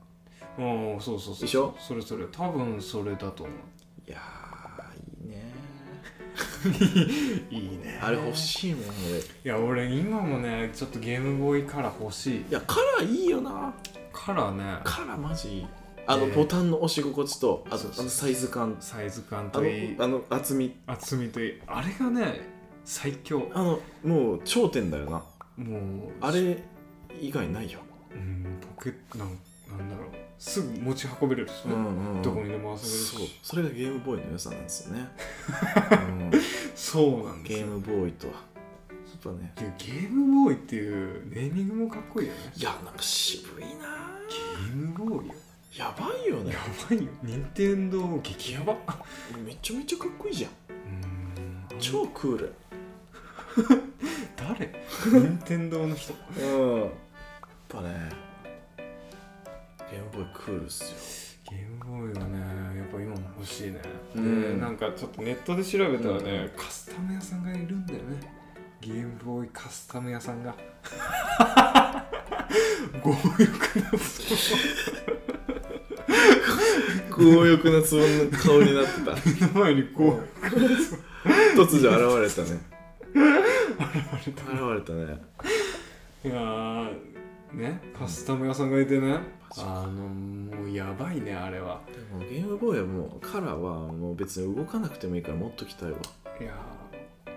A: うんそうそうそう
B: でしょ
A: それそれ多分それだと思う
B: いやーいいね
A: いいね
B: あれ欲しいもん俺
A: い
B: い
A: や俺今もねちょっとゲームボーイカラー欲しい
B: やカラーいいよな
A: カラーね
B: カラーマジいいあの
A: ね
B: ボタンの押し心地とあ
A: そうそう
B: とあのサイズ感
A: サイズ感
B: あ
A: といい
B: のあの厚み
A: 厚みといいあれがね最強
B: あのもう頂点だよな
A: もう
B: あれ以外ないよ
A: うんポケットなんなんだろうすぐ持ち運べるしね、
B: ん
A: どこにでも遊べる
B: そう
A: し
B: それがゲームボーイの良さなんです
A: <laughs>
B: よね、
A: そうなん
B: うん
A: です
B: ゲ
A: よ
B: ームボーイとはちょっとね
A: いやゲームボーイっていうネーミングもかっこいいよね
B: いやなんか渋いな
A: ゲームボーイよ
B: やばいよね
A: やばいよ任天堂激ヤバ
B: めちゃめちゃかっこいいじゃん
A: うん
B: 超クール
A: <laughs> 誰任天堂の人
B: うんやっぱねゲームボーイクールっす
A: ゲームボーイはねやっぱ今も欲しいね、
B: うん
A: でなんかちょっとネットで調べたらね、カスタム屋さんがいるんだよねゲームボーイカスタム屋さ <laughs> んが強欲な
B: よ強欲なつぼの顔になって
A: 目
B: た
A: の前に強欲
B: 突如現れたね
A: あれだ
B: 現れたね
A: いやーねカスタム屋さんがいてねあのもうやばいねあれは
B: でもゲームボーイはもうカラーはもう別に動かなくてもいいから持っときたいわ
A: いやー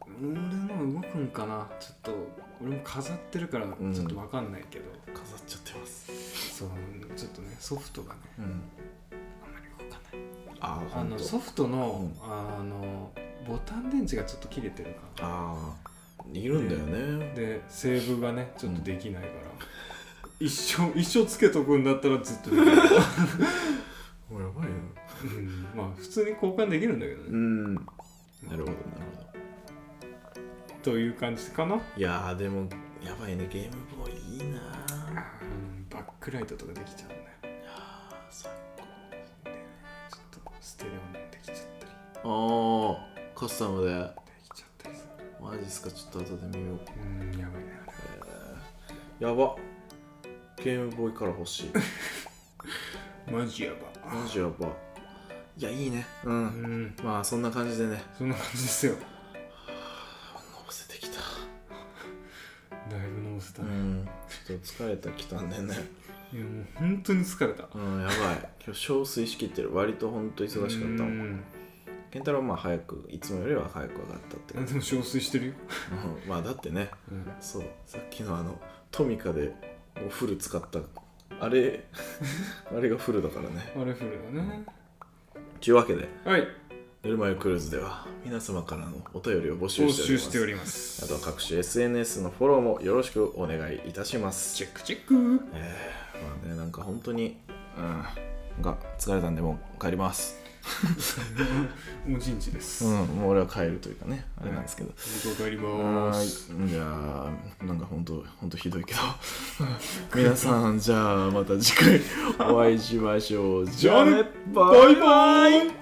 A: 俺の動くんかなちょっと俺も飾ってるから
B: うん
A: ちょっとわかんないけど、
B: 飾っちゃってます
A: そうちょっとねソフトがね
B: うん
A: あんまり動かない
B: あー
A: あ
B: ほん
A: の
B: と
A: ソフトの、
B: う
A: あのボタン電池がちょっと切れてるか
B: あーいるんだよね
A: らでセーブがねちょっとできないから、一生一生つけとくんだったらずっとでき
B: <laughs>
A: る、
B: もうやばいよ
A: うん、まあ普通に交換できるんだけどね、
B: うんなるほどなるほど
A: という感じかな、
B: いやーでもやばいねゲームボーイいいなーあ
A: うん、バックライトとかできちゃうんだよ
B: ー最高
A: ちょっとステレオにできちゃったり
B: あーカスタムで
A: できちゃったりさ
B: マジっすかちょっと後で見よう
A: うんやばいねあれ
B: やばゲームボーイから欲しい
A: マジやば
B: マジやばいやいいねうん、
A: うん
B: まあそんな感じでね
A: そんな感じですよ
B: のせてきた
A: だいぶのせた
B: う
A: ね、
B: んちょっと疲れてきたんでね
A: いやもう本当に疲れた
B: うんやばい今日小水しきってる割とほんと忙しかったもん
A: ん
B: 健太郎はまあ早くいつもよりは早く上がったって
A: で
B: 感じ
A: も憔悴してるよ、
B: うんまあだってねそうさっきのあのトミカでもうフル使ったあれあれがフルだからね
A: あれフルだね
B: というわけで
A: はい
B: 「ぬるま湯クルーズ」では皆様からのお便りを募集
A: 募
B: しており
A: 集
B: ま
A: し
B: す
A: ております
B: あと各種 SNS のフォローもよろしくお願いいたします
A: チェックチェック
B: えー、まあねなんか本当にうんが疲れたんでもう帰ります
A: もう陣地です、
B: うん
A: うん、
B: もう俺は帰るというかねあれなんですけど、
A: 帰りま
B: は
A: ーす
B: ーいいやーなんか本当本当ひどい <laughs> けど皆さんじゃあまた次回お会いしましょうじゃあねバイバイ
A: バイ